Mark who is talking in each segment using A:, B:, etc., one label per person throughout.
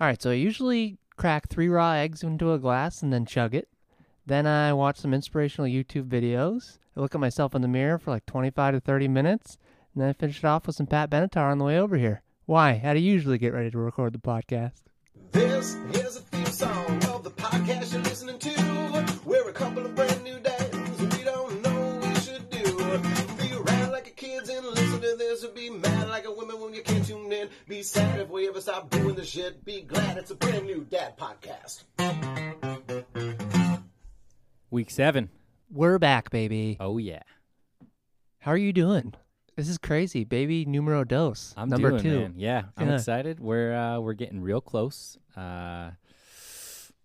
A: All right, so I usually crack three raw eggs into a glass and then chug it. Then I watch some inspirational YouTube videos. I look at myself in the mirror for like 25 to 30 minutes, and then I finish it off with some Pat Benatar on the way over here. Why? How do you usually get ready to record the podcast?
B: This is a theme song of the podcast you're listening to. We're a couple of brand new dads. We don't know what we should do. Be around like a kids and listen to this. Or be mad like a woman when you can't tune in. Be sad if we ever stop doing the shit. Be glad it's a brand new dad podcast.
C: Week seven.
A: We're back, baby.
C: Oh yeah.
A: How are you doing? This is crazy, baby. Numero dos.
C: I'm
A: number
C: doing,
A: two.
C: man. Yeah, I'm
A: Yeah.
C: excited. We're uh, we're getting real close. Uh,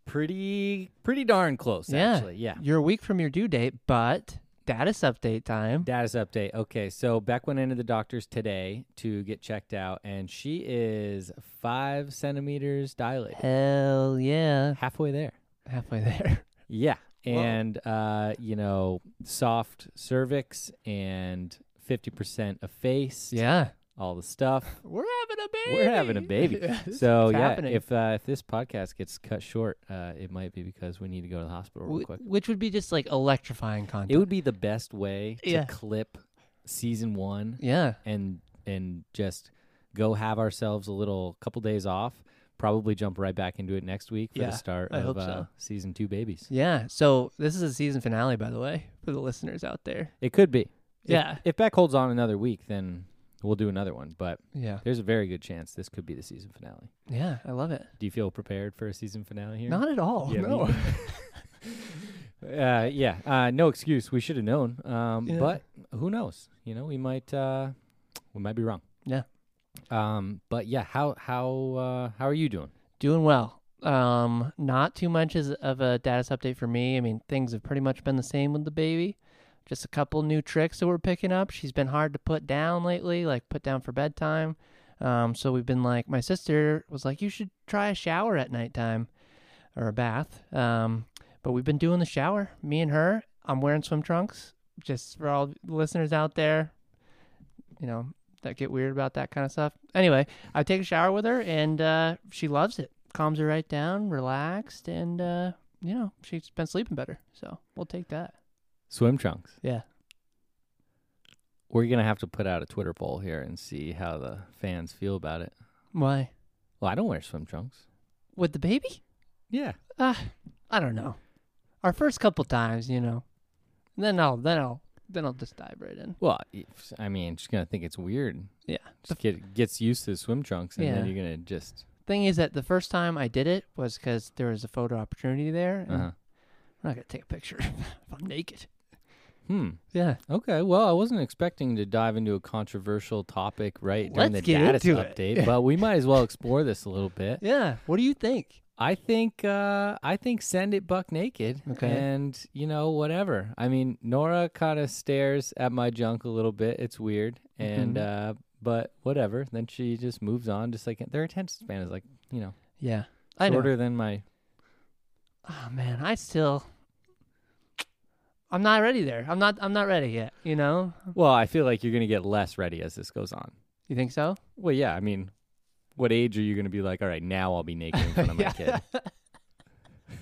C: pretty pretty darn close
A: Yeah.
C: actually. Yeah.
A: You're a week from your due date, but status update time.
C: Status update. Okay, so Beck went into the doctor's today to get checked out, and she is five centimeters dilated,
A: Hell yeah.
C: halfway there.
A: Halfway there.
C: Yeah, and uh, you know, soft cervix and fifty percent of face.
A: Yeah.
C: all the stuff.
A: We're having a baby.
C: We're having a baby.
A: Yes,
C: so
A: it's
C: yeah,
A: happening.
C: if uh, if this podcast gets cut short, uh, it might be because we need to go to the hospital real
A: Wh-
C: quick.
A: Which would be just like electrifying content.
C: It would be the best way to
A: Yeah.
C: clip season one
A: yeah.
C: and and just go have ourselves a little couple days off. Probably jump right back into it next week for
A: Yeah,
C: the start
A: I
C: of
A: hope
C: uh,
A: so.
C: season two babies.
A: Yeah. So this is a season finale, by the way, for the listeners out there.
C: It could be. If-
A: Yeah.
C: If Beck holds on another week, then we'll do another one. But
A: Yeah.
C: there's a very good chance this could be the season finale.
A: Yeah. I love it.
C: Do you feel prepared for a season finale here?
A: Not at all.
C: Yeah,
A: Oh, no.
C: me- Uh, yeah, uh, no excuse. We should have known. Um,
A: Yeah.
C: But who knows? You know, we might uh, we might be wrong.
A: Yeah.
C: Um, but yeah, how how uh, how are you doing?
A: Doing well. Um, not too much is of a status update for me. I mean, things have pretty much been the same with the baby. Just a couple new tricks that we're picking up. She's been hard to put down lately, like put down for bedtime. Um, so we've been like, my sister was like, you should try a shower at nighttime or a bath. Um, but we've been doing the shower, me and her. I'm wearing swim trunks just for all the listeners out there, you know, that get weird about that kind of stuff. Anyway, I take a shower with her and uh, she loves it. Calms her right down, relaxed, and uh, you know, she's been sleeping better. So we'll take that.
C: Swim trunks.
A: Yeah.
C: We're gonna have to put out a Twitter poll here and see how the fans feel about it.
A: Why?
C: Well, I don't wear swim trunks.
A: With the baby?
C: Yeah.
A: Uh, I don't know. Our first couple times, you know. Then I'll then I'll then I'll just dive right in.
C: Well, if- I mean, she's gonna think it's weird.
A: Yeah.
C: Just get, gets used to swim trunks, and then
A: Yeah.
C: you're gonna just.
A: Thing is that the first time I did it was because there was a photo opportunity there. And
C: Uh-huh.
A: I'm not gonna take a picture if I'm naked.
C: Hmm.
A: Yeah.
C: Okay, well, I wasn't expecting to dive into a controversial topic right during
A: Let's
C: the
A: get
C: status
A: into it.
C: update, but we might as well explore this a little bit.
A: Yeah. What do you think?
C: I think uh, I think send it buck naked,
A: Okay.
C: and you know whatever. I mean, Nora kind of stares at my junk a little bit. It's weird, and uh, but whatever. Then she just moves on. Just like their attention span is like you know
A: Yeah. I know.
C: shorter than my.
A: Oh man, I still I'm not ready there. I'm not I'm not ready yet, you know?
C: Well, I feel like you're gonna get less ready as this goes on.
A: You think so?
C: Well, yeah. I mean, what age are you gonna be like? All right, now I'll be naked in front of my kid.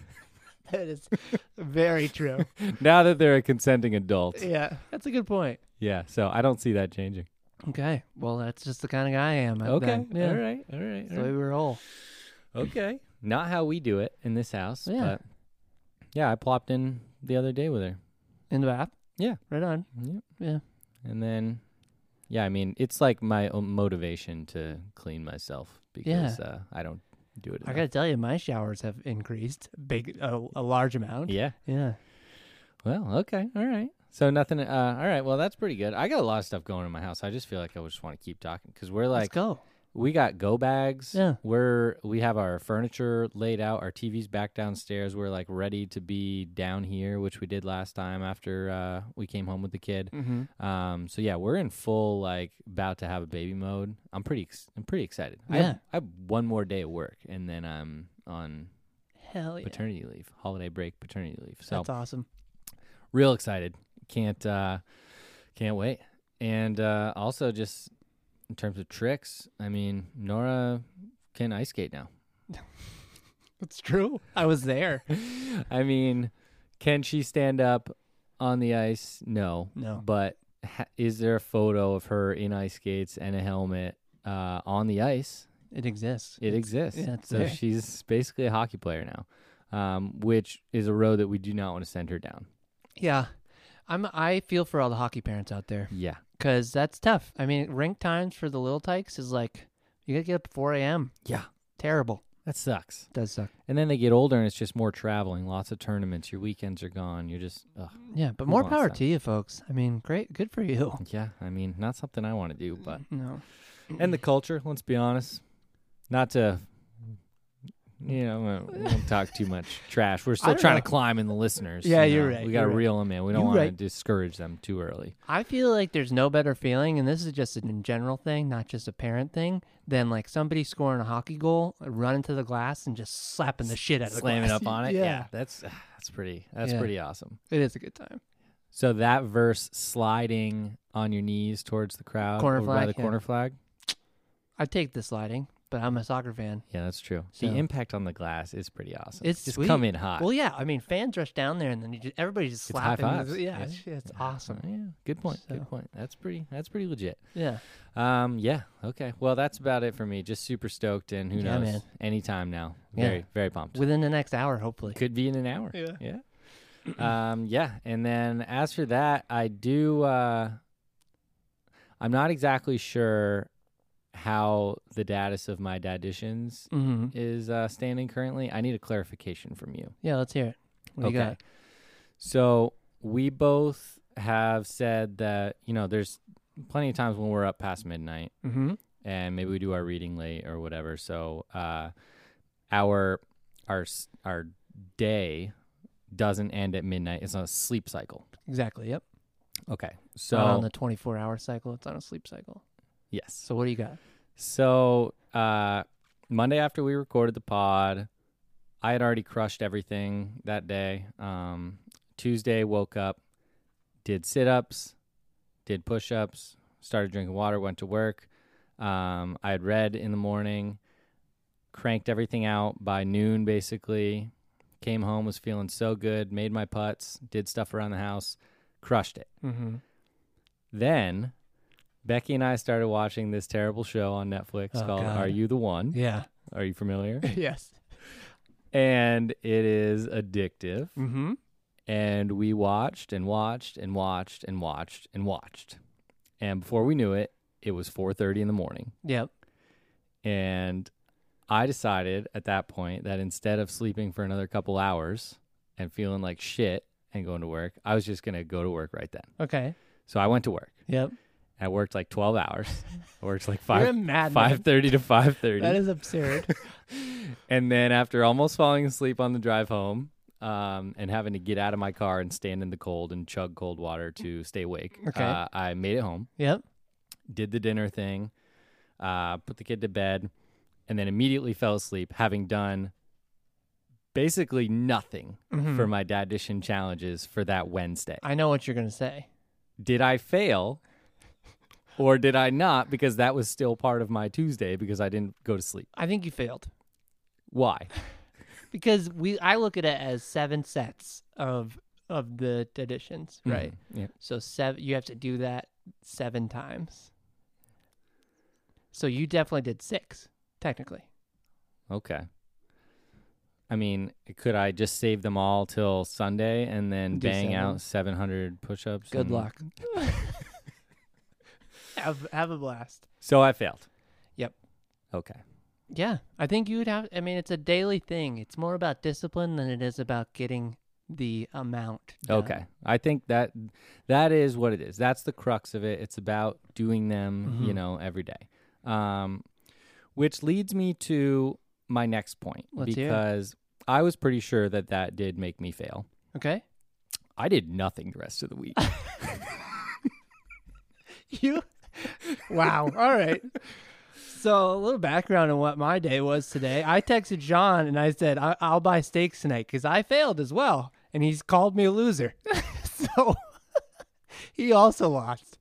A: That is very true.
C: now that they're a consenting adult.
A: yeah. That's a good point.
C: Yeah, so I don't see that changing.
A: Okay. Well that's just the kind of guy I am.
C: Okay.
A: then. Yeah.
C: All right. All right.
A: That's the way we roll.
C: Okay. Not how we do it in this house.
A: Yeah.
C: But yeah, I plopped in the other day with her.
A: In the bath.
C: Yeah.
A: Right on.
C: Yep.
A: Yeah.
C: And then, yeah, I mean, it's like my own motivation to clean myself because uh, I don't do it.
A: I
C: enough.
A: gotta tell you, my showers have increased big a, a large amount.
C: Yeah.
A: Yeah.
C: Well, okay. All right. So nothing. Uh, all right. Well, that's pretty good. I got a lot of stuff going in my house. I just feel like I just want to keep talking because we're
A: Let's
C: like
A: go.
C: we got go bags.
A: Yeah.
C: We're we have our furniture laid out, our TV's back downstairs. We're like ready to be down here, which we did last time after uh, we came home with the kid.
A: Mm-hmm.
C: Um so yeah, we're in full like about to have a baby mode. I'm pretty ex- I'm pretty excited. I
A: Yeah.
C: have, I have one more day at work and then I'm on
A: Hell yeah.
C: paternity leave, holiday break, paternity leave. So
A: That's awesome.
C: real excited. Can't uh can't wait. And uh also just in terms of tricks, I mean, Nora can ice skate now.
A: It's true. I was there.
C: I mean, can she stand up on the ice? No.
A: No.
C: But ha- is there a photo of her in ice skates and a helmet uh, on the ice?
A: It exists.
C: It exists.
A: yeah, it's
C: so
A: there.
C: she's basically a hockey player now, um, which is a road that we do not want to send her down.
A: Yeah. I'm I feel for all the hockey parents out there
C: Yeah.
A: cuz that's tough. I mean, rink times for the little tykes is like you got to get up at 4 a.m.
C: Yeah.
A: Terrible.
C: That sucks.
A: Does suck.
C: And then they get older and it's just more traveling, lots of tournaments. Your weekends are gone. You're just, ugh.
A: Yeah, but
C: Who
A: more
C: wants
A: power
C: that?
A: to you folks. I mean, great good for you.
C: Yeah. I mean, not something I want to do, but.
A: No.
C: and the culture. Let's be honest. Not to, you know, uh, we don't talk too much trash. We're still
A: don't
C: trying
A: know.
C: to climb in the listeners.
A: Yeah,
C: you
A: you're
C: know.
A: right,
C: We got to
A: you're right.
C: reel them in. We don't
A: You're
C: want
A: right.
C: to discourage them too early.
A: I feel like there's no better feeling and this is just a general thing, not just a parent thing, than like somebody scoring a hockey goal, uh, running to the glass and just slapping the shit out of the
C: Slamming
A: glass.
C: up on it.
A: Yeah.
C: that's ah, that's pretty. That's
A: Yeah.
C: pretty awesome.
A: It is a good time.
C: So that verse, sliding on your knees towards the crowd,
A: Corner
C: over by
A: flag,
C: the
A: yeah.
C: corner flag.
A: I take the sliding, but I'm a soccer fan.
C: Yeah, that's true.
A: So-
C: The impact on the glass is pretty awesome.
A: It's
C: just
A: sweet.
C: come in hot.
A: Well, yeah. I mean, fans rush down there, and then you just, everybody just
C: It's high
A: slapping.
C: fives.
A: Yeah,
C: Yeah.
A: it's, it's awesome.
C: yeah, good point.
A: So-
C: Good point. That's pretty. That's pretty legit.
A: Yeah,
C: Um. Yeah. Okay. Well, that's about it for me. Just super stoked, and who
A: Yeah,
C: knows?
A: man.
C: Anytime now.
A: Yeah.
C: Very, very pumped.
A: within the next hour, hopefully.
C: Could be in an hour.
A: Yeah.
C: Yeah. um. Yeah. And then as for that, I do. uh I'm not exactly sure how the status of my daditions
A: Mm-hmm.
C: is uh, standing currently. I need a clarification from you.
A: Yeah, let's hear it. What do you got?
C: So we both have said that you know there's plenty of times when we're up past midnight
A: Mm-hmm.
C: and maybe we do our reading late or whatever. So uh, our our s- our day doesn't end at midnight. It's on a sleep cycle.
A: Exactly. Yep.
C: Okay. So
A: So Not on the 24-hour cycle, it's on a sleep cycle.
C: yes.
A: So what do you got?
C: So uh, Monday after we recorded the pod, I had already crushed everything that day. Um, Tuesday woke up, did sit ups, did push ups, started drinking water, went to work. Um, I had read in the morning, cranked everything out by noon basically. Came home, was feeling so good, made my putts, did stuff around the house, crushed it.
A: Mm-hmm.
C: Then Becky and I started watching this terrible show on Netflix
A: Oh,
C: called
A: God.
C: Are You the One?
A: Yeah.
C: Are you familiar?
A: yes.
C: and it is addictive.
A: Mm-hmm.
C: And we watched and watched and watched and watched and watched. And before we knew it, it was 4:30 in the morning.
A: Yep.
C: And I decided at that point that instead of sleeping for another couple hours and feeling like shit and going to work, I was just going to go to work right then.
A: Okay.
C: So I went to work.
A: Yep.
C: I worked like 12 hours. I worked like
A: You're a
C: 5
A: madman.
C: 5:30 to 5:30.
A: That is absurd.
C: and then after almost falling asleep on the drive home, um, and having to get out of my car and stand in the cold and chug cold water to stay awake.
A: Okay.
C: uh, I made it home,
A: yep.
C: did the dinner thing, uh, put the kid to bed, and then immediately fell asleep, having done basically nothing for my dadition challenges for that Wednesday.
A: Mm-hmm. I know what you're gonna say.
C: Did I fail? Or did I not? Because that was still part of my Tuesday because I didn't go to sleep.
A: I think you failed.
C: Why?
A: because we I look at it as seven sets of of the additions, right?
C: Mm-hmm. Yeah.
A: So seven you have to do that seven times. So you definitely did six, technically.
C: Okay. I mean, could I just save them all till Sunday and then
A: Do
C: bang
A: seven.
C: out 700 push ups?
A: Good luck. have have a blast.
C: So I failed.
A: Yep.
C: Okay.
A: Yeah. I think you would have I mean it's a daily thing. It's more about discipline than it is about getting the amount. done.
C: Okay. I think that that is what it is. That's the crux of it. It's about doing them,
A: Mm-hmm.
C: you know, every day. Um, which leads me to my next point
A: Let's hear it.
C: because I was pretty sure that that did make me fail.
A: Okay.
C: I did nothing the rest of the week.
A: You Wow. All right. So a little background on what my day was today. I texted John and I said I- I'll buy steaks tonight because I failed as well, and he's called me a loser. so he also lost.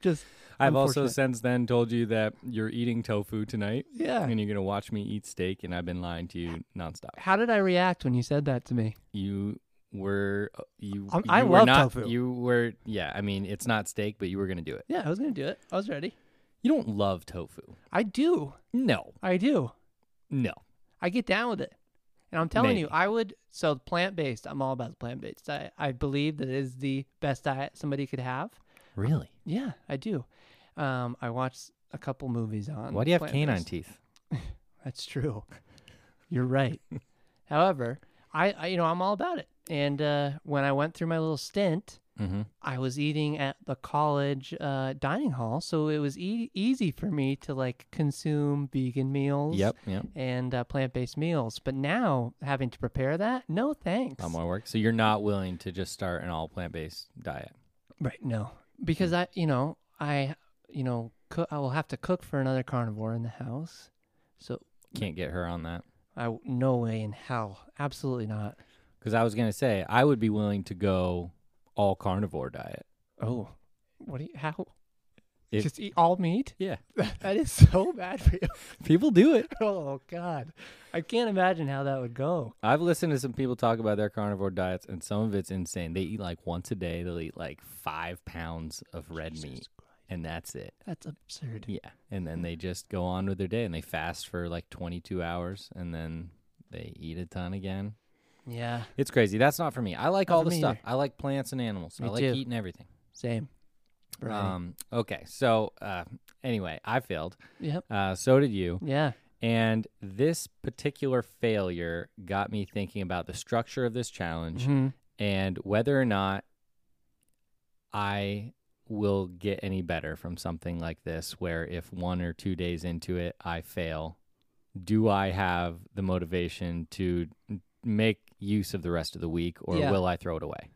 A: Just
C: I've also
A: Unfortunate.
C: since then told you that you're eating tofu tonight
A: Yeah.
C: and you're going to watch me eat steak, and I've been lying to you nonstop.
A: How did I react when you said that to me?
C: You were uh, you
A: Um,
C: you
A: I
C: were
A: love
C: not-
A: tofu.
C: You were yeah, I mean, it's not steak, but you were going to do it.
A: Yeah, I was gonna do it. I was ready.
C: You don't love tofu.
A: I do.
C: No.
A: I do.
C: No.
A: I get down with it. And I'm telling you,
C: Maybe.
A: I would. So plant based. I'm all about plant based. I, I believe that it is the best diet somebody could have.
C: Really?
A: Yeah, I do. Um, I watched a couple movies on.
C: Why do you have
A: plant-based.
C: canine teeth?
A: That's true. You're right. However, I, I you know I'm all about it. And uh, when I went through my little stint,
C: Mm-hmm.
A: I was eating at the college uh, dining hall, so it was e- easy for me to like consume vegan meals.
C: Yep, yep.
A: And uh, plant-based meals, but now having to prepare that, no thanks.
C: Lot more work. So you're not willing to just start an all plant based diet.
A: Right. No,
C: Hmm.
A: because I, you know, I, you know, coo- I will have to cook for another carnivore in the house. So
C: Can't get her on that.
A: I w- no way in hell, absolutely not.
C: Because I was gonna say I would be willing to go all carnivore diet.
A: Oh, what do you how?
C: If-
A: Just eat all meat.
C: Yeah,
A: that is so bad for you.
C: people do it.
A: oh God, I can't imagine how that would go.
C: I've listened to some people talk about their carnivore diets, and some of it's insane. They eat like once a day. They'll eat like five pounds of red meat, and that's it.
A: That's absurd.
C: Yeah, and then they just go on with their day, and they fast for like 22 hours, and then they eat a ton again.
A: Yeah,
C: It's crazy. That's not for me. I like
A: Not
C: all
A: for
C: the
A: me
C: stuff.
A: either.
C: I like plants and animals.
A: Me
C: I like
A: too.
C: eating everything.
A: same. Right.
C: Um, okay, so uh, anyway, I failed.
A: yep.
C: Uh, so did you.
A: Yeah.
C: And this particular failure got me thinking about the structure of this challenge
A: Mhm.
C: and whether or not I will get any better from something like this, where if one or two days into it I fail, do I have the motivation to make use of the rest of the week or
A: Yeah.
C: will I throw it away?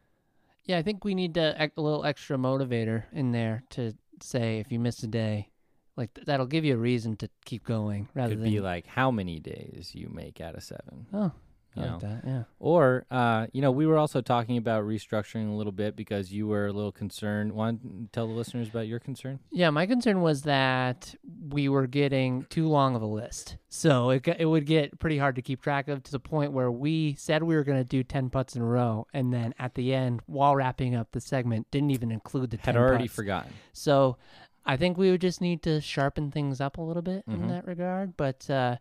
A: Yeah, I think we need to act a little extra motivator in there to say if you miss a day, like th- that'll give you a reason to keep going rather
C: Could
A: than
C: be like how many days you make out of seven.
A: oh, I
C: you know?
A: like that. Yeah,
C: Or, uh, you know, we were also talking about restructuring a little bit because you were a little concerned. Want to tell the listeners about your concern?
A: yeah. My concern was that we were getting too long of a list, so it got, it would get pretty hard to keep track of to the point where we said we were going to do ten putts in a row, and then at the end, while wrapping up the segment, didn't even include the
C: Had
A: 10
C: already
A: putts.
C: forgotten.
A: So I think we would just need to sharpen things up a little bit in
C: Mhm.
A: that regard. But uh,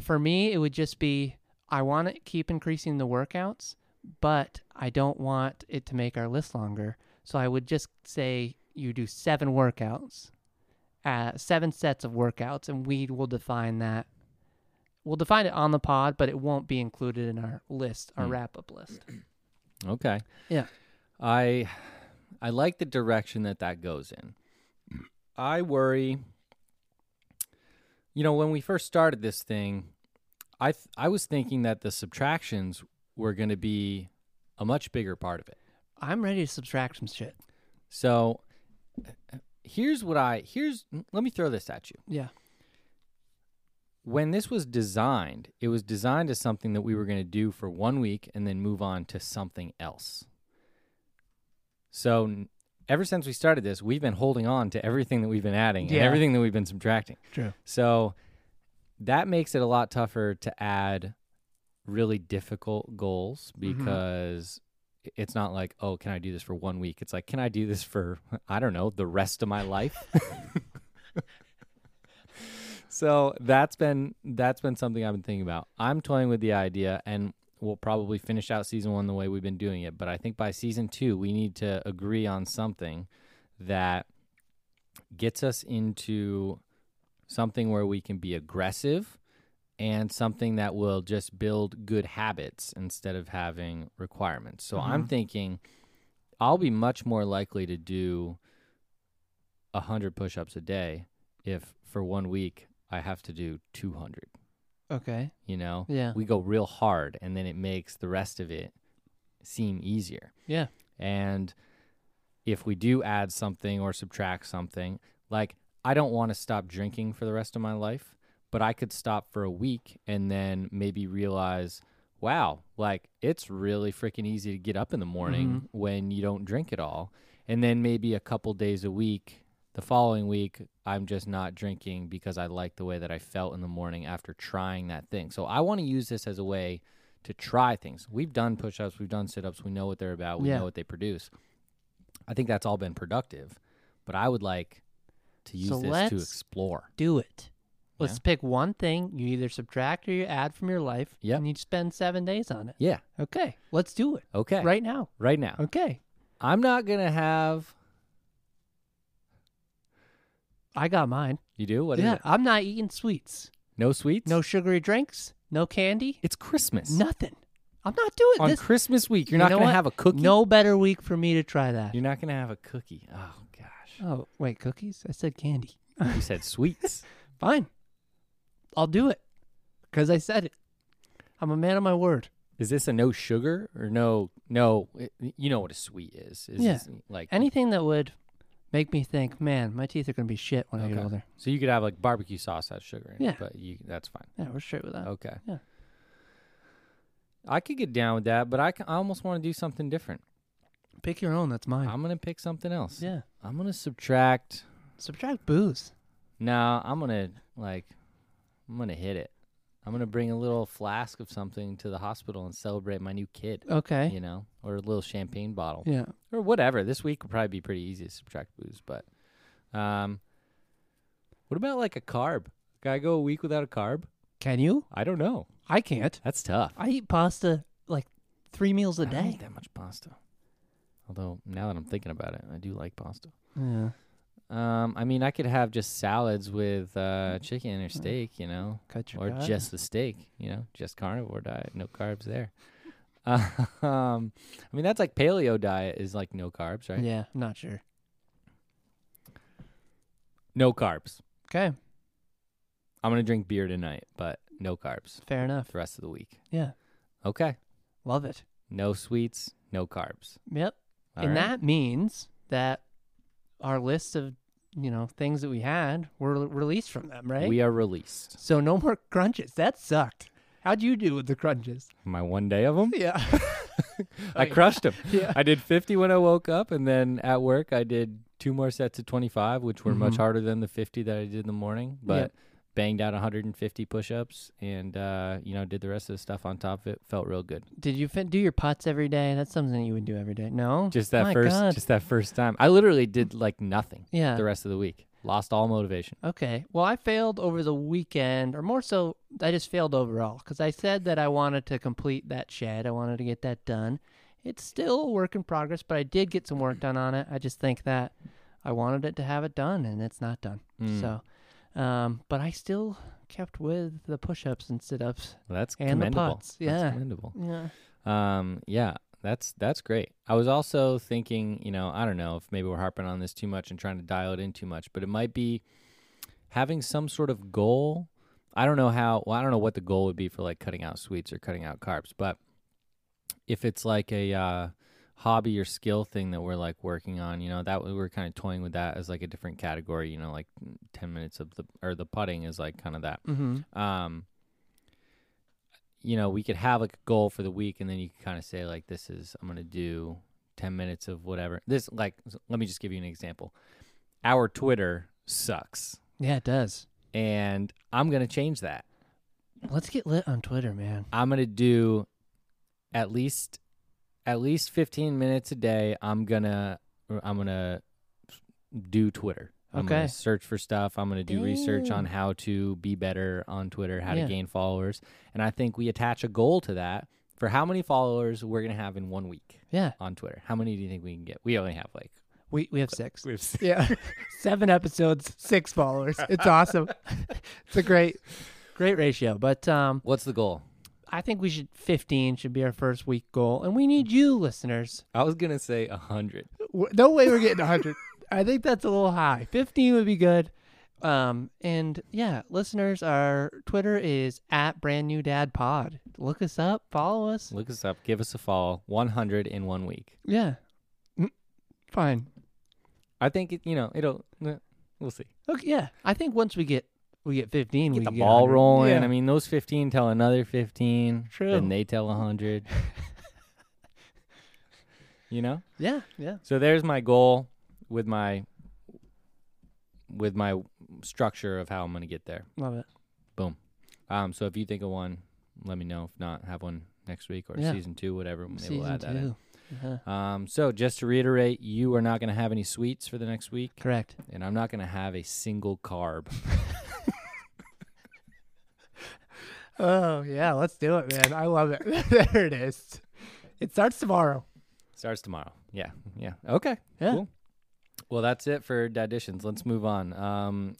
A: for me, it would just be I want to keep increasing the workouts, but I don't want it to make our list longer. So I would just say you do seven workouts, uh, seven sets of workouts, and we will define that. We'll define it on the pod, but it won't be included in our list, our
C: Mm.
A: wrap up list.
C: Okay.
A: Yeah.
C: I, I like the direction that that goes in. I worry. You know, when we first started this thing, I th- I was thinking that the subtractions were going to be a much bigger part of it.
A: I'm ready to subtract some shit.
C: So here's what I here's let me throw this at you.
A: Yeah.
C: when this was designed, it was designed as something that we were going to do for one week and then move on to something else. So, n- ever since we started this, we've been holding on to everything that we've been adding
A: Yeah.
C: and everything that we've been subtracting.
A: True.
C: So, that makes it a lot tougher to add really difficult goals
A: Mhm.
C: because i- it's not like, oh, can I do this for one week? It's like, can I do this for, I don't know, the rest of my life? so that's been that's been something I've been thinking about. I'm toying with the idea, and we'll probably finish out season one the way we've been doing it. But I think by season two, we need to agree on something that gets us into something where we can be aggressive and something that will just build good habits instead of having requirements. So I'm thinking I'll be much more likely to do 100 push ups a day if for one week I have to do 200.
A: Okay.
C: You know,
A: Yeah.
C: we go real hard and then it makes the rest of it seem easier.
A: Yeah.
C: And if we do add something or subtract something, like I don't want to stop drinking for the rest of my life, but I could stop for a week and then maybe realize, wow, like it's really freaking easy
A: Mm-hmm.
C: to get up in the morning when you don't drink at all. And then maybe a couple days a week The following week, I'm just not drinking because I like the way that I felt in the morning after trying that thing. So I want to use this as a way to try things. We've done push ups, we've done sit ups, we know what they're about, we
A: Yeah.
C: know what they produce. I think that's all been productive, but I would like to use
A: So
C: this to
A: let's-
C: explore.
A: do it. Let's pick one thing you either subtract or you add from your life,
C: Yep.
A: and you spend seven days on it.
C: Yeah.
A: Okay, let's do it
C: Okay.
A: right now.
C: Right now.
A: Okay,
C: I'm not going to have.
A: I got mine.
C: You do? What is
A: yeah,
C: it?
A: I'm not eating sweets,
C: No sweets?
A: no sugary drinks, no candy,
C: It's Christmas.
A: nothing. I'm not doing
C: On
A: this.
C: Christmas week, you're
A: You
C: not
A: know
C: going to
A: what?
C: have a cookie.
A: No better week for me to try that.
C: You're not going to have a cookie. Oh, gosh.
A: Oh wait, cookies? I said candy.
C: You said sweets.
A: Fine, I'll do it because I said it. I'm a man of my word.
C: Is this a no sugar or no no? You know what a sweet is. is
A: Yeah.
C: this like
A: Anything that would make me think, man, my teeth are gonna be shit when I
C: Okay.
A: get older.
C: So you could have like barbecue sauce that has sugar in it,
A: Yeah.
C: but you that's fine.
A: Yeah, we're straight with that.
C: Okay.
A: Yeah.
C: I could get down with that, but I, ca- I almost want to do something different.
A: Pick your own. That's mine.
C: I'm gonna pick something else.
A: yeah.
C: I'm gonna subtract.
A: Subtract booze.
C: No, I'm gonna like, I'm gonna hit it. I'm gonna bring a little flask of something to the hospital and celebrate my new kid.
A: Okay.
C: You know, or a little champagne bottle.
A: Yeah.
C: or whatever. This week would probably be pretty easy to subtract booze, but um, what about like a carb? Can I go a week without a carb?
A: Can you?
C: I don't know.
A: I can't.
C: That's tough.
A: I eat pasta like three meals a
C: I don't eat
A: day.
C: that much pasta. Although now that I'm thinking about it, I do like pasta.
A: Yeah.
C: Um, I mean, I could have just salads with uh, chicken or steak, you know,
A: Cut your
C: or
A: diet.
C: just the steak, you know, just carnivore diet, no carbs there. um, I mean, that's like paleo diet is like no carbs, right?
A: Yeah. I'm not sure.
C: No carbs.
A: Okay.
C: I'm gonna drink beer tonight, but no carbs.
A: Fair enough.
C: the rest of the week.
A: Yeah.
C: Okay.
A: Love it.
C: No sweets, no carbs.
A: Yep.
C: All
A: and
C: right.
A: that means that our list of you know things that we had were l- released from them, right?
C: we are released.
A: so no more crunches. That sucked. How'd you do with the crunches?
C: My one day of them,
A: Yeah.
C: I crushed them.
A: Yeah.
C: I did 50 when I woke up, and then at work I did two more sets of 25, which were much
A: Mhm.
C: harder than the 50 that I did in the morning. But
A: Yep.
C: banged out 150 push-ups, and uh, you know did the rest of the stuff on top of it. Felt real good.
A: Did you fin- do your putts every day? That's something that you would do every day. No.
C: Just that
A: My
C: first,
A: God.
C: just that first time. I literally did like nothing.
A: Yeah.
C: The rest of the week, lost all motivation.
A: Okay. Well, I failed over the weekend, or more so, I just failed overall because I said that I wanted to complete that shed. I wanted to get that done. It's still a work in progress, but I did get some work done on it. I just think that I wanted it to have it done, and it's not done.
C: Mm.
A: So, um, but I still kept with the push ups and sit ups.
C: Well, that's
A: And the
C: commendable.
A: putts,
C: That's
A: yeah.
C: commendable.
A: Yeah.
C: Um, yeah, that's that's great. I was also thinking, you know, I don't know if maybe we're harping on this too much and trying to dial it in too much, but it might be having some sort of goal. I don't know how. Well, I don't know what the goal would be for like cutting out sweets or cutting out carbs, but if it's like a uh, hobby or skill thing that we're like working on, you know, that we were kind of toying with that as like a different category. You know, like ten minutes of the or the putting is like kind of that
A: Mm-hmm.
C: um you know we could have like a goal for the week and then you could kind of say like this is i'm gonna do 10 minutes of whatever this like s- let me just give you an example our twitter sucks
A: Yeah, it does.
C: and i'm gonna change that
A: Let's get lit on Twitter, man.
C: i'm gonna do at least at least 15 minutes a day i'm gonna or i'm gonna do twitter I'm gonna
A: Okay.
C: search for stuff. I'm gonna do research on
A: Damn.
C: how to be better on Twitter, how
A: Yeah.
C: to gain followers, and I think we attach a goal to that for how many followers we're gonna have in one week
A: Yeah.
C: on Twitter. How many do you think we can get? We only have like
A: We, we have six.
C: we have six.
A: Yeah. Seven episodes, six followers. It's awesome. it's a great great ratio. But um
C: What's the goal?
A: I think we should 15 should be our first week goal and we need you listeners.
C: I was gonna say a hundred.
A: W- No way we're getting 100. I think that's a little high. 15 would be good. Um and yeah, listeners, our Twitter is at brand new dad pod. Look us up, follow us.
C: Look us up. Give us a follow. One hundred in one week.
A: Yeah. Mm, Fine.
C: I think it, you know it'll. eh, We'll see.
A: Okay, yeah. I think once we get we get 15 we
C: Get the
A: can
C: ball
A: 100.
C: rolling.
A: Yeah.
C: I mean, those fifteen tell another fifteen.
A: True.
C: Then they tell a hundred. you know.
A: yeah, yeah.
C: So there's my goal with my with my structure of how I'm gonna get there.
A: Love it.
C: Um, so if you think of one, let me know. If not, have one next week or
A: Yeah.
C: season two, whatever. Maybe we'll
A: Season
C: add that in.
A: two. Uh-huh.
C: Um, so just to reiterate, you are not going to have any sweets for the next week,
A: Correct.
C: and I'm not going to have a single carb.
A: Oh yeah, let's do it, man. I love it. there it is. It starts tomorrow.
C: Starts tomorrow. Yeah, yeah. Okay.
A: Yeah.
C: Cool. Well, that's it for didicians. Let's move on. Um,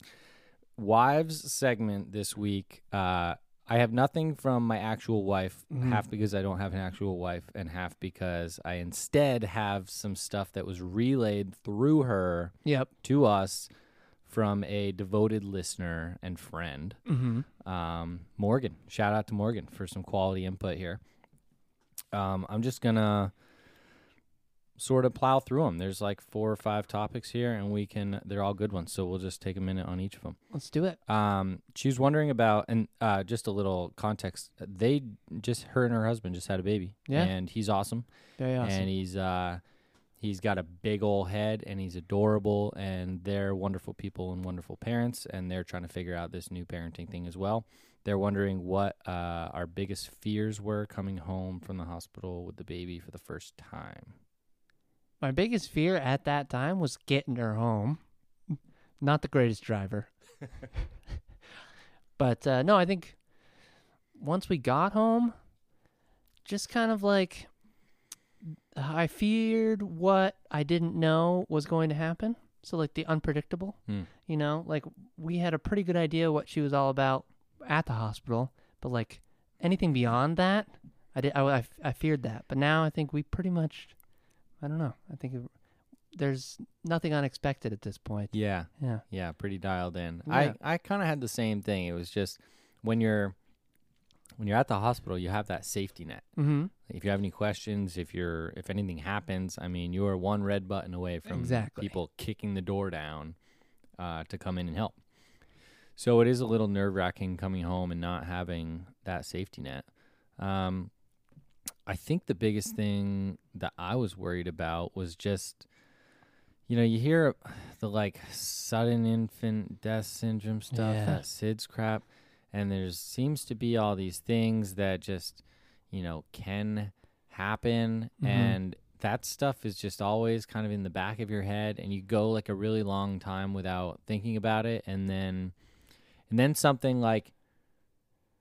C: wives segment this week. Uh, I have nothing from my actual wife, half because I don't have an actual wife, and half because I instead have some stuff that was relayed through her
A: Yep.
C: to us from a devoted listener and friend.
A: Mm-hmm.
C: um, Morgan. Shout out to Morgan for some quality input here. Um, I'm just gonna sort of plow through them. There's like four or five topics here, and we can. They're all good ones, so we'll just take a minute on each of them.
A: Let's do it.
C: Um, she was wondering about, and uh, just a little context. They just her and her husband just had a baby,
A: Yeah.
C: and he's awesome,
A: Very awesome.
C: and he's uh, he's got a big old head, and he's adorable, and they're wonderful people and wonderful parents, and they're trying to figure out this new parenting thing as well. They're wondering what uh, our biggest fears were coming home from the hospital with the baby for the first time.
A: My biggest fear at that time was getting her home. Not the greatest driver. but uh, no, I think once we got home, just kind of like I feared what I didn't know was going to happen. So, like the unpredictable,
C: Hmm.
A: you know, like we had a pretty good idea what she was all about at the hospital, but like anything beyond that, I did. I, I, I feared that, but now I think we pretty much I don't know. I think it, there's nothing unexpected at this point.
C: Yeah,
A: Yeah.
C: yeah, pretty dialed in.
A: Yeah.
C: I I kind of had the same thing. It was just when you're when you're at the hospital, you have that safety net.
A: Mm-hmm.
C: if you have any questions if you're if anything happens i mean you are one red button away from
A: Exactly.
C: people kicking the door down uh, to come in and help so it is a little nerve wracking coming home and not having that safety net um, i think the biggest thing that i was worried about was just you know you hear the like sudden infant death syndrome stuff
A: Yeah.
C: that sids crap and there seems to be all these things that just you know can happen
A: Mhm.
C: and that stuff is just always kind of in the back of your head and you go like a really long time without thinking about it and then and then something like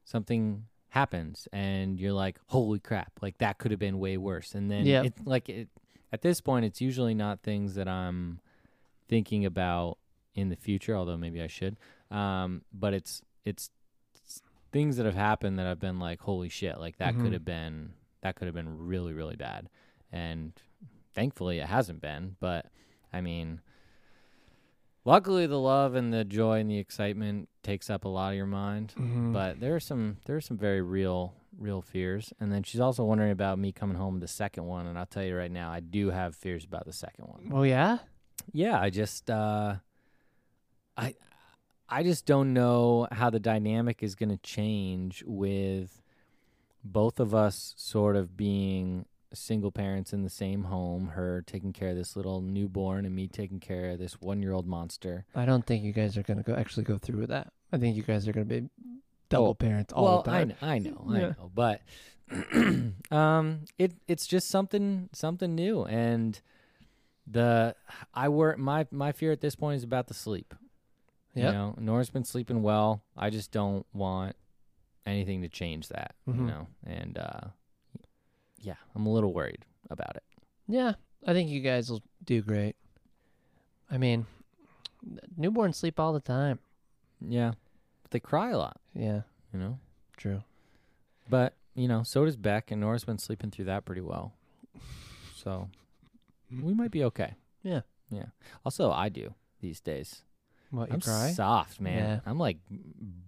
C: something happens and you're like holy crap like that could have been way worse and then
A: Yeah.
C: it like it at this point it's usually not things that I'm thinking about in the future although maybe I should um but it's it's things that have happened that I've been like, holy shit, like that
A: Mhm.
C: could have been that could have been really really bad, and thankfully it hasn't been. But I mean, luckily the love and the joy and the excitement takes up a lot of your mind. But there are some there are some very real real fears, and then she's also wondering about me coming home with the second one. And I'll tell you right now, I do have fears about the second one.
A: oh yeah.
C: Yeah, I just uh I I just don't know how the dynamic is going to change with both of us sort of being single parents in the same home, her taking care of this little newborn and me taking care of this 1-year-old monster.
A: I don't think you guys are gonna go actually go through with that. I think you guys are gonna be double
C: Well-
A: parents all
C: well,
A: the time.
C: I know, I know, I
A: Yeah.
C: know, but um, it it's just something something new, and the I were my my fear at this point is about the sleep. You
A: Yep.
C: know, Nora's been sleeping well. I just don't want anything to change that. You
A: Mhm.
C: know, and uh, yeah, I'm a little worried about it.
A: Yeah, I think you guys will do great. I mean, newborns sleep all the time.
C: Yeah, but they cry a lot.
A: Yeah,
C: You know,
A: true.
C: but you know, so does Beck, and Nora's been sleeping through that pretty well. So we might be okay.
A: Yeah.
C: Yeah. Also, I do these days.
A: What you
C: I'm
A: cry?
C: soft, man. I'm like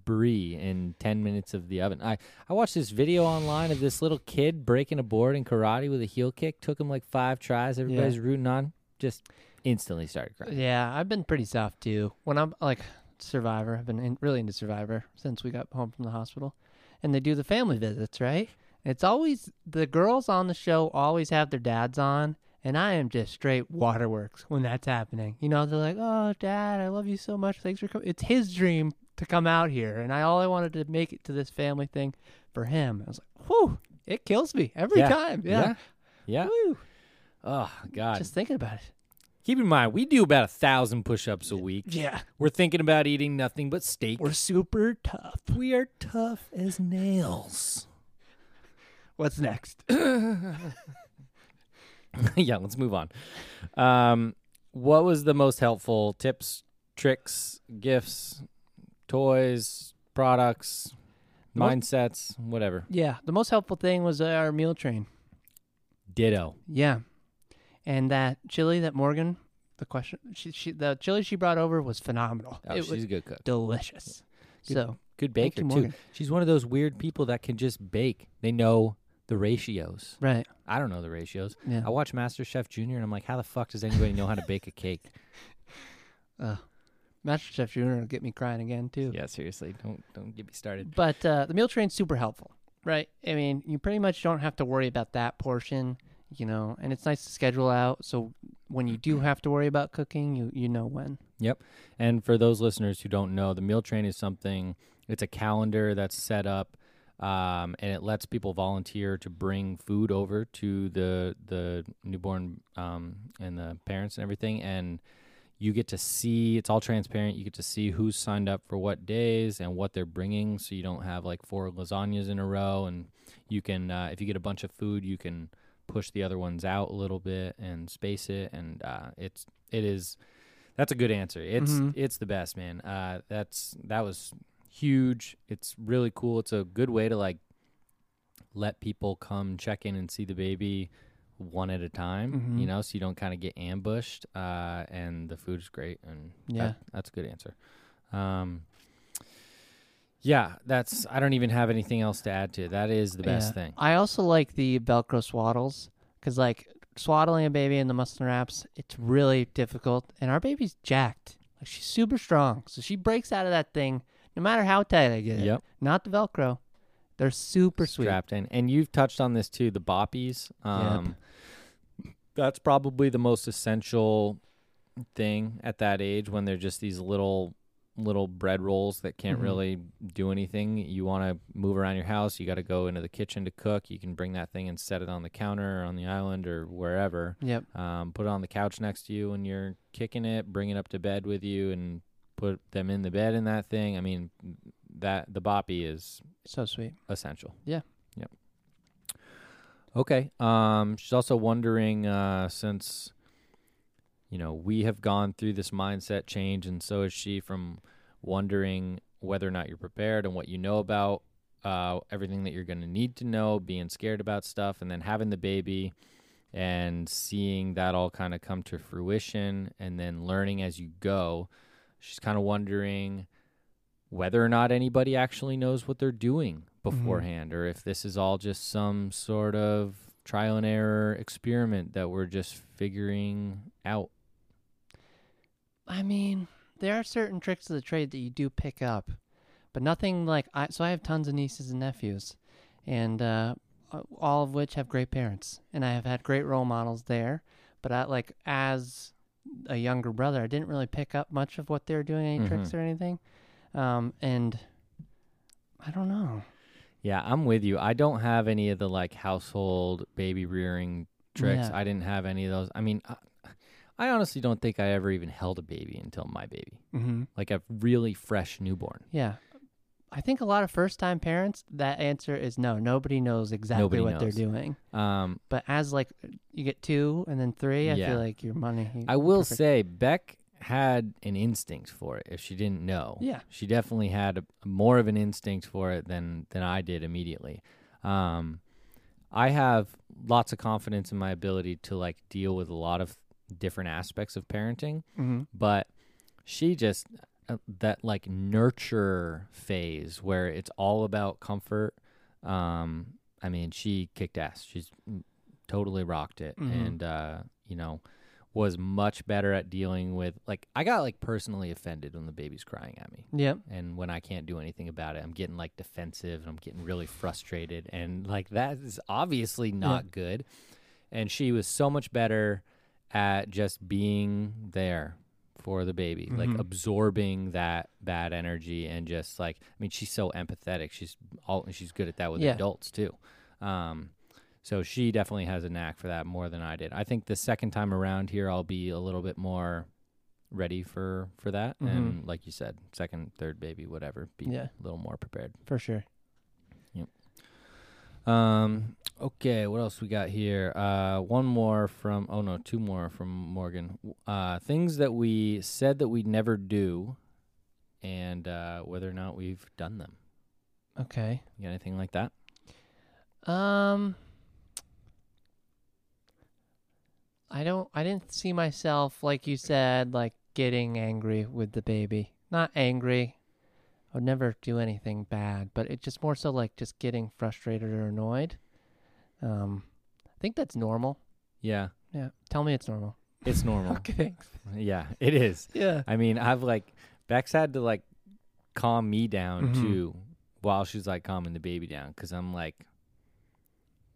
C: brie in 10 minutes of the oven. I, I watched this video online of this little kid breaking a board in karate with a heel kick. Took him like five tries. Everybody's rooting on. Just instantly started crying.
A: Yeah, I've been pretty soft too. When I'm like Survivor, I've been in, really into Survivor since we got home from the hospital, and they do the family visits, right? It's always the girls on the show always have their dads on, And I am just straight waterworks when that's happening. You know, they're like, "Oh, Dad, I love you so much. Thanks for coming." It's his dream to come out here, and I all I wanted to make it to this family thing for him. I was like, "Whew!" It kills me every
C: Yeah.
A: time. Yeah.
C: Yeah.
A: Whew.
C: Oh God.
A: Just thinking about it.
C: Keep in mind, we do about a thousand push-ups a week.
A: Yeah.
C: We're thinking about eating nothing but steak.
A: We're super tough.
C: we are tough as nails.
A: What's next?
C: yeah, let's move on. Um, what was the most helpful tips, tricks, gifts, toys, products,
A: most-
C: mindsets, whatever?
A: yeah. The most helpful thing was uh, our meal train.
C: Ditto.
A: Yeah. And that chili that Morgan, the question, she, she the chili she brought over was phenomenal.
C: Oh,
A: it
C: she's
A: was
C: a good cook.
A: delicious. So
C: Good
A: Thank
C: baker
A: you,
C: too.
A: Morgan.
C: She's one of those weird people that can just bake. They know the ratios.
A: right,
C: I don't know the ratios.
A: Yeah.
C: I watch MasterChef Junior and I'm like, how the fuck does anybody know how to bake a cake?
A: MasterChef Junior will get me crying again too.
C: yeah, seriously, don't don't get me started.
A: But uh, the meal train's super helpful, right? I mean, you pretty much don't have to worry about that portion, you know. And it's nice to schedule out so when you
C: Mm-hmm.
A: do have to worry about cooking, you you know when.
C: Yep. And for those listeners who don't know, the meal train is something, it's a calendar that's set up um, and it lets people volunteer to bring food over to the, the newborn um, and the parents and everything. And you get to see, it's all transparent. You get to see who's signed up for what days and what they're bringing. So you don't have like four lasagnas in a row. And you can, uh, if you get a bunch of food, you can push the other ones out a little bit and space it. And uh, it's, it is, that's a good answer. It's
A: Mhm.
C: it's the best, man. Uh, that's that was huge. It's really cool. It's a good way to like let people come check in and see the baby one at a time. You know, so you don't kind of get ambushed. Uh, and the food is great. And that-
A: Yeah.
C: that's a good answer. Um, yeah, that's. I don't even have anything else to add to. it. That is the best
A: Yeah.
C: thing.
A: I also like the Velcro swaddles because, like, swaddling a baby in the muslin wraps, it's really difficult. And our baby's jacked. Like, she's super strong. So she breaks out of that thing no matter how tight I get it.
C: Yep.
A: Not the Velcro. They're super sweet.
C: strapped in. And you've touched on this too, the boppies. Um, That's probably the most essential thing at that age when they're just these little little bread rolls that can't
A: Mhm.
C: really do anything. You want to move around your house, you got to go into the kitchen to cook. You can bring that thing and set it on the counter or on the island or wherever.
A: Yep.
C: Um, put it on the couch next to you when you're kicking it, bring it up to bed with you and put them in the bed in that thing. I mean, that the boppy is
A: So sweet.
C: essential.
A: Yeah.
C: Yep. Okay. Um, she's also wondering uh, since you know we have gone through this mindset change, and so is she from wondering whether or not you're prepared and what you know about uh, everything that you're going to need to know, being scared about stuff, and then having the baby and seeing that all kind of come to fruition, and then learning as you go. She's kind of wondering whether or not anybody actually knows what they're doing beforehand or if this is all just some sort of trial and error experiment that we're just figuring out.
A: I mean, there are certain tricks of the trade that you do pick up, but nothing like I. So I have tons of nieces and nephews, and uh, all of which have great parents, and I have had great role models there. But I like as a younger brother, I didn't really pick up much of what they were doing,
C: Mm-hmm.
A: any tricks or anything, um, and I don't know.
C: Yeah, I'm with you. I don't have any of the like household baby rearing tricks.
A: Yeah.
C: I didn't have any of those. I mean, I, I honestly don't think I ever even held a baby until my baby,
A: Mm-hmm.
C: like a really fresh newborn.
A: Yeah. I think a lot of first-time parents, that answer is no. Nobody knows exactly
C: Nobody
A: what
C: knows.
A: they're doing.
C: Um,
A: But as like you get two and then three, I
C: Yeah.
A: feel like your money.
C: I will
A: perfect.
C: say Beck had an instinct for it if she didn't know.
A: Yeah.
C: She definitely had a, more of an instinct for it than than I did immediately. Um I have lots of confidence in my ability to like deal with a lot of different aspects of parenting,
A: Mhm.
C: but she just uh, that like nurture phase where it's all about comfort. Um I mean, she kicked ass. She's mm, totally rocked it
A: Mhm.
C: and uh you know was much better at dealing with like i got like personally offended when the baby's crying at me
A: Yep.
C: and when i can't do anything about it i'm getting like defensive and i'm getting really frustrated and like that is obviously not good and she was so much better at just being there for the baby like
A: Mhm.
C: absorbing that that energy and just like i mean she's so empathetic she's all she's good at that with
A: Yeah.
C: adults too um so she definitely has a knack for that more than i did i think the second time around here i'll be a little bit more ready for for that
A: Mhm.
C: and like you said second third baby whatever be
A: Yeah.
C: a little more prepared
A: for sure.
C: um, okay, what else we got here? Uh, one more from, oh no, two more from Morgan. Uh, things that we said that we'd never do and uh, whether or not we've done them.
A: Okay.
C: You got anything like that?
A: Um I don't I didn't see myself like you said like getting angry with the baby. Not angry. I would never do anything bad, but it just more so like just getting frustrated or annoyed. Um I think that's normal.
C: Yeah,
A: Yeah. Tell me it's normal.
C: it's normal.
A: Okay. Thanks.
C: Yeah, it is.
A: Yeah.
C: I mean, I've like, Beck's had to like calm me down
A: Mhm.
C: too while she's like calming the baby down because I'm like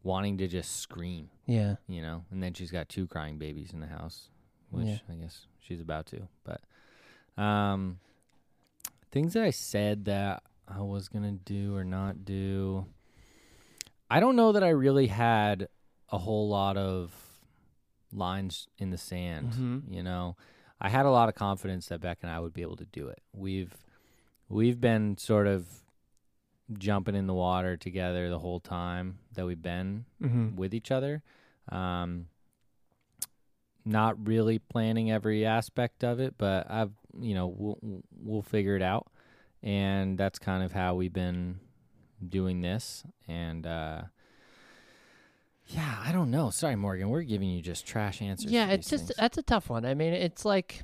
C: wanting to just scream.
A: Yeah.
C: you know. And then she's got two crying babies in the house, which
A: Yeah.
C: I guess she's about to. But um, things that I said that I was gonna do or not do, I don't know that I really had a whole lot of lines in the sand.
A: Mhm.
C: You know, I had a lot of confidence that Beck and I would be able to do it. We've we've been sort of jumping in the water together the whole time that we've been
A: Mhm.
C: with each other. Um, not really planning every aspect of it, but I've you know we'll, we'll figure it out, and that's kind of how we've been doing this. And uh, yeah, I don't know. Sorry, Morgan, we're giving you just trash answers.
A: Yeah,
C: to
A: it's
C: these
A: just uh,
C: things.
A: that's a tough one. I mean, it's like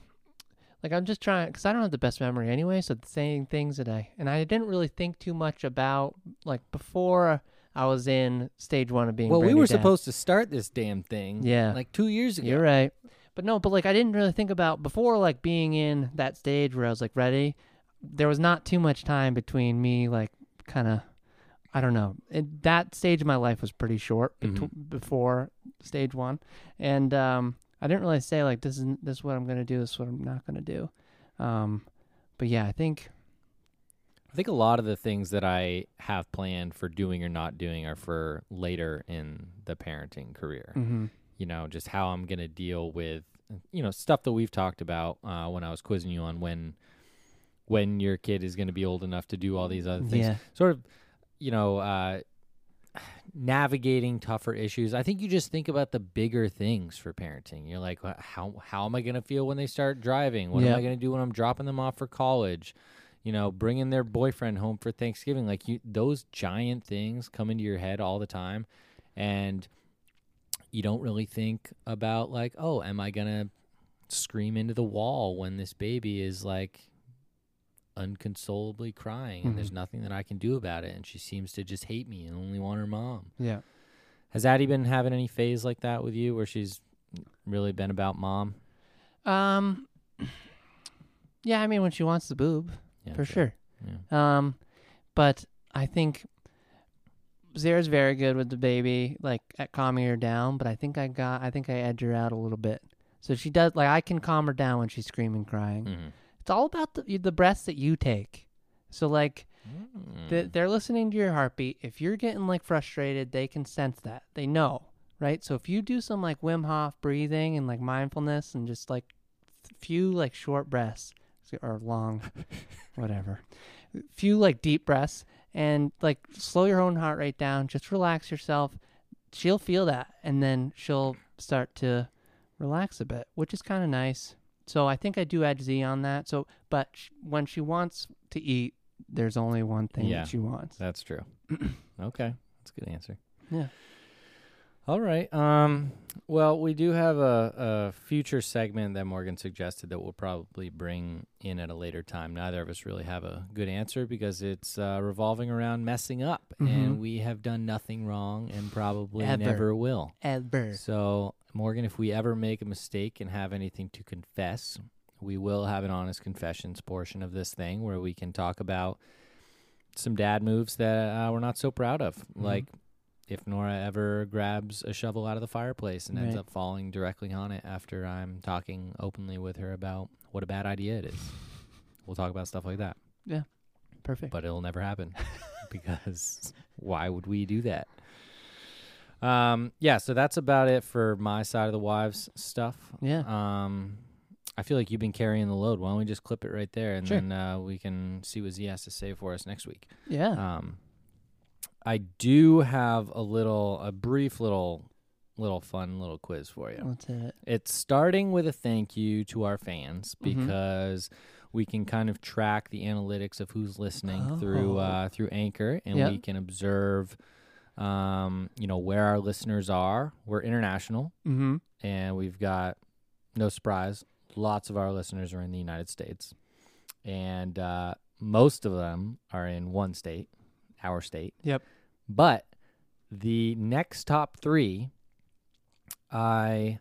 A: like I'm just trying cuz I don't have the best memory anyway, so saying things that I and I didn't really think too much about like before I was in stage 1 of being
C: well,
A: a
C: we
A: brand new
C: were
A: dad.
C: supposed to start this damn thing.
A: Yeah.
C: like two years ago.
A: You're right. But no, but like I didn't really think about before like being in that stage where I was like ready. There was not too much time between me like kind of I don't know. It, that stage of my life was pretty short betw before stage 1 and um I didn't really say like this is this is what I'm going to do, this is what I'm not going to do. Um but yeah, I think
C: I think a lot of the things that I have planned for doing or not doing are for later in the parenting career.
A: mhm.
C: you know, just how I'm going to deal with, you know, stuff that we've talked about uh, when I was quizzing you on when when your kid is going to be old enough to do all these other things.
A: Yeah.
C: Sort of, you know, uh, navigating tougher issues. I think you just think about the bigger things for parenting. You're like, "Wha- how how am I going to feel when they start driving? What am
A: Yeah.
C: I going to do when I'm dropping them off for college? You know, bringing their boyfriend home for Thanksgiving. Like you, those giant things come into your head all the time, and you don't really think about like, oh, am I gonna scream into the wall when this baby is like unconsolably crying and there's nothing that I can do about it and she seems to just hate me and only want her mom.
A: Yeah.
C: Has Addie been having any phase like that with you where she's really been about mom?
A: Um Yeah, I mean when she wants the boob,
C: Yeah,
A: for sure.
C: Yeah.
A: Um, but I think Zara's very good with the baby, like at calming her down. But I think I got, I think I edge her out a little bit. So she does, like I can calm her down when she's screaming, crying.
C: Mhm.
A: It's all about the the breaths that you take. So like
C: Mm.
A: th- they're listening to your heartbeat. If you're getting like frustrated, they can sense that. They know, right? So if you do some like Wim Hof breathing and like mindfulness and just like few like short breaths or long, whatever, few like deep breaths and like slow your own heart rate down, just relax yourself. She'll feel that and then she'll start to relax a bit, which is kind of nice. So I think I do edge Z on that. So, but sh- when she wants to eat, there's only one thing
C: Yeah.
A: that she wants.
C: That's true. okay. That's a good answer.
A: Yeah.
C: All right. Um, well, we do have a, a future segment that Morgan suggested that we'll probably bring in at a later time. Neither of us really have a good answer because it's uh, revolving around messing up, and we have done nothing wrong and probably
A: Mm-hmm. Ever.
C: never will.
A: Ever.
C: So, Morgan, if we ever make a mistake and have anything to confess, we will have an honest confessions portion of this thing where we can talk about some dad moves that uh, we're not so proud of, like if Nora ever grabs a shovel out of the fireplace and ends
A: Right.
C: up falling directly on it after I'm talking openly with her about what a bad idea it is. We'll talk about stuff like that,
A: Perfect.
C: but it'll never happen because why would we do that? Um, yeah, so that's about it for my side of the wives stuff.
A: yeah.
C: Um, I feel like you've been carrying the load. Why don't we just clip it right there and
A: Sure.
C: then uh, we can see what Z has to say for us next week.
A: yeah.
C: Um, I do have a little, a brief little, little fun little quiz for you.
A: Let's hit it.
C: It's starting with a thank you to our fans
A: Mhm.
C: because we can kind of track the analytics of who's listening through
A: Oh.
C: uh, through Anchor, and
A: Yeah.
C: we can observe, um, you know, where our listeners are. We're international,
A: Mm-hmm.
C: and we've got no surprise. Lots of our listeners are in the United States, and uh, most of them are in one state, our state.
A: Yep.
C: But the next top three, I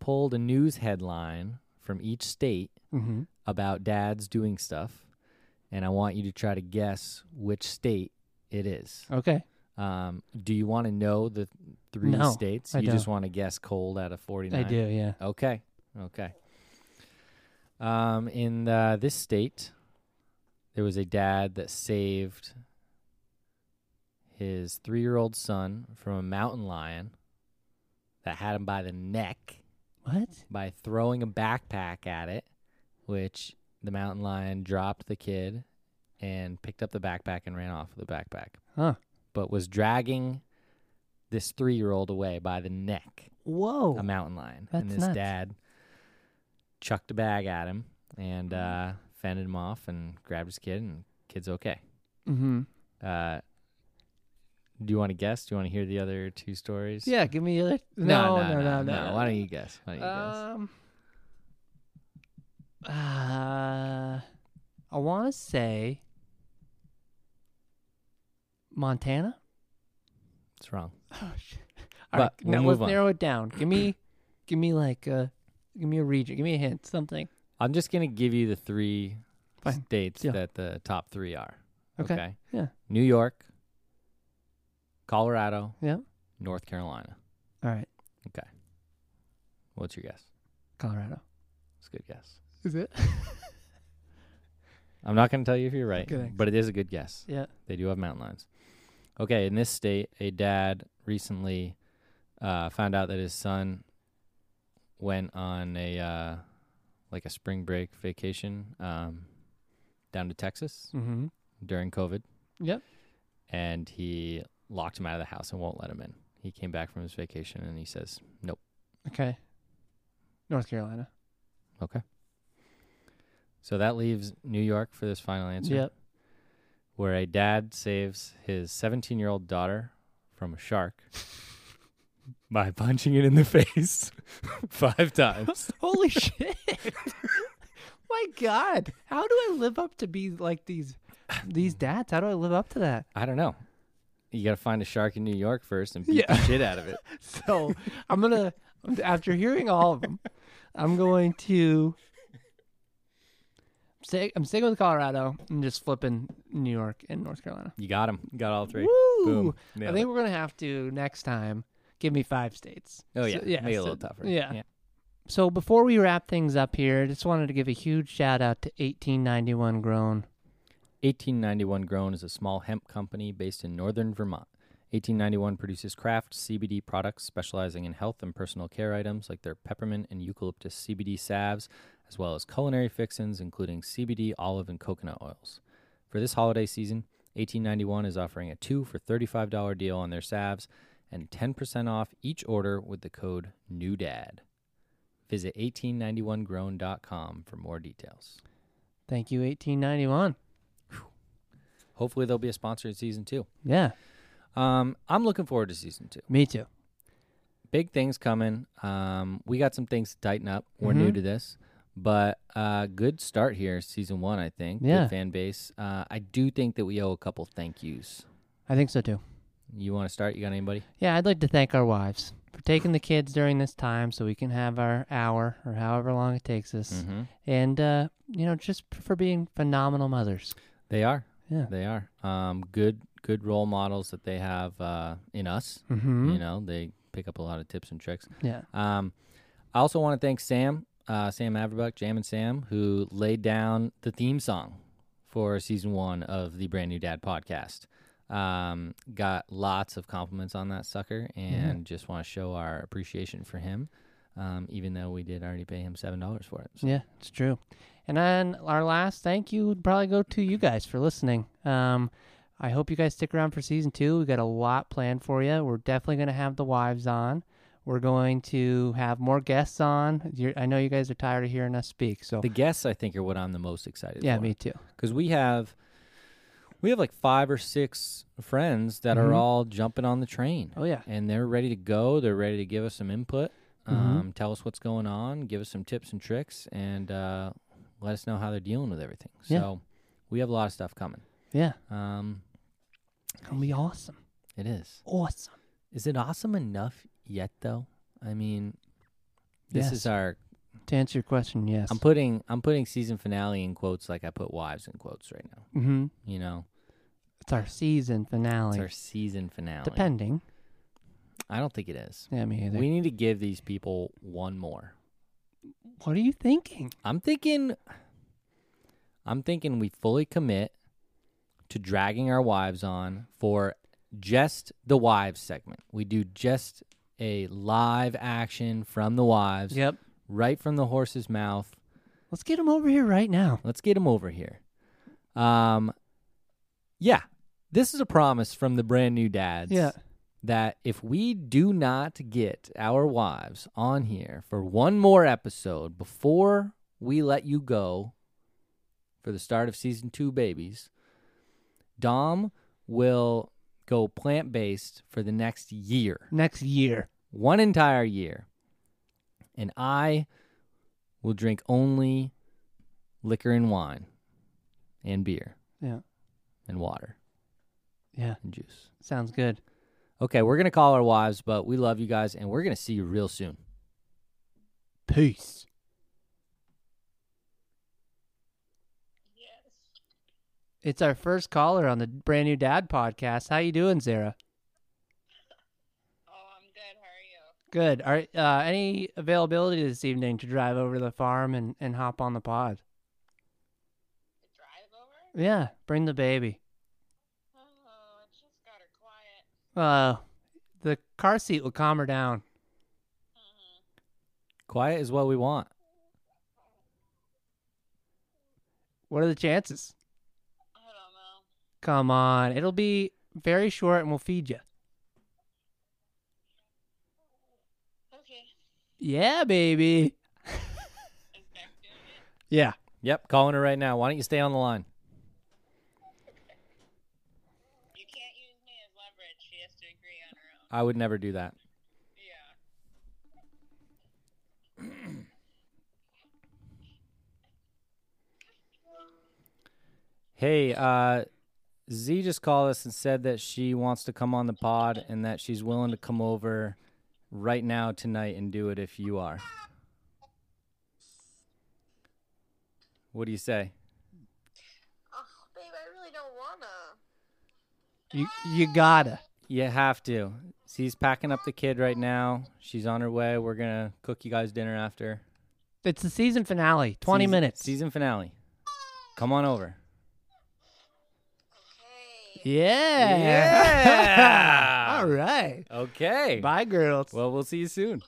C: pulled a news headline from each state
A: Mm-hmm.
C: about dads doing stuff, and I want you to try to guess which state it is.
A: Okay.
C: Um, do you want to know the three
A: No,
C: states?
A: I
C: you just
A: don't.
C: want to guess cold out of
A: I
C: 49?
A: do. Yeah.
C: Okay. Okay. Um, in the, this state, there was a dad that saved his three year old son from a mountain lion that had him by the neck
A: What?
C: by throwing a backpack at it, which the mountain lion dropped the kid and picked up the backpack and ran off with the backpack,
A: Huh.
C: but was dragging this three year old away by the neck
A: Whoa.
C: a mountain lion.
A: that's
C: and this
A: nuts.
C: dad chucked a bag at him and uh, fended him off and grabbed his kid, and kid's okay.
A: Mm-hmm.
C: Uh, do you want to guess? Do you want to hear the other two stories?
A: Yeah. Give me the other.
C: No,
A: No. No. No. No.
C: Why don't you guess? Why don't you guess?
A: Um. Uh, I want to say Montana.
C: It's wrong.
A: Oh shit!
C: But
A: All right,
C: we'll
A: now
C: move
A: let's
C: on.
A: narrow it down. Give me, give me like a, give me a region. Give me a hint. Something.
C: I'm just gonna give you the three
A: Fine.
C: states
A: Deal.
C: that the top three are.
A: Okay. Yeah.
C: New York, Colorado,
A: Yeah.
C: North Carolina.
A: All right.
C: What's your guess?
A: Colorado.
C: It's a good guess.
A: Is it?
C: I'm not gonna tell you if you're right,
A: Okay, thanks.
C: but it is a good guess.
A: yeah.
C: They do have mountain lions. Okay, in this state, a dad recently uh, found out that his son went on a uh, like a spring break vacation um, down to Texas
A: Mm-hmm.
C: during COVID.
A: Yep.
C: And he locked him out of the house and won't let him in. He came back from his vacation and he says, "Nope."
A: Okay. North Carolina.
C: So that leaves New York for this final answer,
A: Yep.
C: where a dad saves his 17-year-old daughter from a shark by punching it in the face five times.
A: Holy shit! My God, how do I live up to be like these, these dads? How do I live up to that?
C: I don't know. You got to find a shark in New York first and beat the
A: Yeah.
C: shit out of it.
A: So I'm gonna, after hearing all of them, I'm going to stay. I'm sticking with Colorado and just flipping New York and North Carolina.
C: You got him. Got all three.
A: Woo!
C: Boom.
A: I
C: Nailed
A: think we're gonna have to next time. Give me five states.
C: it. Oh
A: So-
C: yeah. Make it a
A: so-
C: little tougher.
A: Yeah. So before we wrap things up here, I just wanted to give a huge shout out to 1891 Grown.
C: 1891 Grown is a small hemp company based in northern Vermont. 1891 produces craft CBD products specializing in health and personal care items like their peppermint and eucalyptus CBD salves, as well as culinary fixins including CBD, olive, and coconut oils. For this holiday season, 1891 is offering a 2 for $35 deal on their salves and 10% off each order with the code NEWDAD. Visit 1891grown.com for more details.
A: Thank you, 1891.
C: Hopefully, they'll be a sponsor in season two.
A: Yeah,
C: Um, I'm looking forward to season two.
A: me too.
C: Big things coming. Um, we got some things to tighten up. We're new
A: Mhm.
C: to this, but uh, good start here, season one. I think.
A: Yeah.
C: Good fan base. Uh, I do think that we owe a couple thank yous.
A: I think so too.
C: You want to start? You got anybody?
A: Yeah, I'd like to thank our wives for taking the kids during this time so we can have our hour or however long it takes us.
C: Mm-hmm.
A: And, uh, you know, just for being phenomenal mothers.
C: They are.
A: Yeah.
C: They are. Um, good. good role models that they have uh, in us.
A: Mm-hmm.
C: You know, they pick up a lot of tips and tricks.
A: Yeah.
C: Um, I also want to thank Sam, uh, Sam Averbuck, Jam and Sam, who laid down the theme song for season one of the Brand New Dad podcast. Um, got lots of compliments on that sucker, and just want to show our appreciation for him. Um, even though we did already pay him seven dollars for it, so
A: Yeah, it's true. And then our last thank you would probably go to you guys for listening. Um, I hope you guys stick around for season two. We got a lot planned for you. We're definitely going to have the wives on. We're going to have more guests on. You're, I know you guys are tired of hearing us speak, so
C: the guests I think are what I'm the most excited.
A: yeah,
C: for.
A: me too.
C: because we have we have like five or six friends that are
A: Mhm.
C: all jumping on the train
A: Oh yeah,
C: and they're ready to go they're ready to give us some input um, tell us what's going on give us some tips and tricks and uh, let us know how they're dealing with everything
A: Yeah.
C: so we have a lot of stuff coming
A: yeah,
C: um,
A: it's gonna be awesome,
C: it is
A: awesome.
C: is it awesome enough yet though i mean this
A: Yes.
C: is our
A: To answer your question, yes.
C: i'm putting i'm putting season finale in quotes like i put wives in quotes right now
A: mm-hmm.
C: you know
A: It's our season finale.
C: it's our season finale
A: Depending,
C: i don't think it is
A: yeah, me either.
C: We need to give these people one more.
A: what are you thinking?
C: I'm thinking I'm thinking we fully commit to dragging our wives on for just the wives segment. We do just a live action from the wives
A: Yep.
C: right from the horse's mouth.
A: Let's get him over here right now.
C: Let's get them over here. Um yeah. This is a promise from the brand new dads.
A: Yeah.
C: that if we do not get our wives on here for one more episode before we let you go for the start of season two, babies, Dom will go plant based for the next year,
A: Next year.
C: one entire year. And I will drink only liquor and wine and beer
A: Yeah.
C: and water
A: Yeah.
C: and juice.
A: Sounds good.
C: Okay, we're going to call our wives, but we love you guys and we're going to see you real soon.
A: Peace. It's our first caller on the brand new dad podcast. How you doing, Zara?
D: Oh, I'm good. How are you?
A: Good. Are uh, any availability this evening to drive over to the farm and, and hop on the pod?
D: The drive over?
A: Yeah, bring the baby.
D: Oh, I just got her quiet.
A: Uh, the car seat will calm her down.
D: Mm-hmm.
C: Quiet is what we want.
A: What are the chances?
D: I don't know.
A: Come on, it'll be very short, and we'll feed you.
D: Okay.
A: Yeah, baby.
D: Is Beck doing it?
A: Yeah.
C: Yep, calling her right now. Why don't you stay on the line?
D: You can't use me as leverage. She has to agree on her own.
C: I would never do that.
D: Yeah.
C: Hey, uh, Z just called us and said that she wants to come on the pod and that she's willing to come over right now tonight and do it if you are. What do you say?
D: Oh, babe, I really don't wanna.
A: You you gotta.
C: You have to. Z's packing up the kid right now. She's on her way. We're going to cook you guys dinner after.
A: It's the season finale. Twenty
C: Season-
A: minutes.
C: Season finale. Come on over.
D: Hey.
A: Yeah.
C: Yeah.
A: All right.
C: Okay.
A: Bye, girls.
C: Well, we'll see you soon.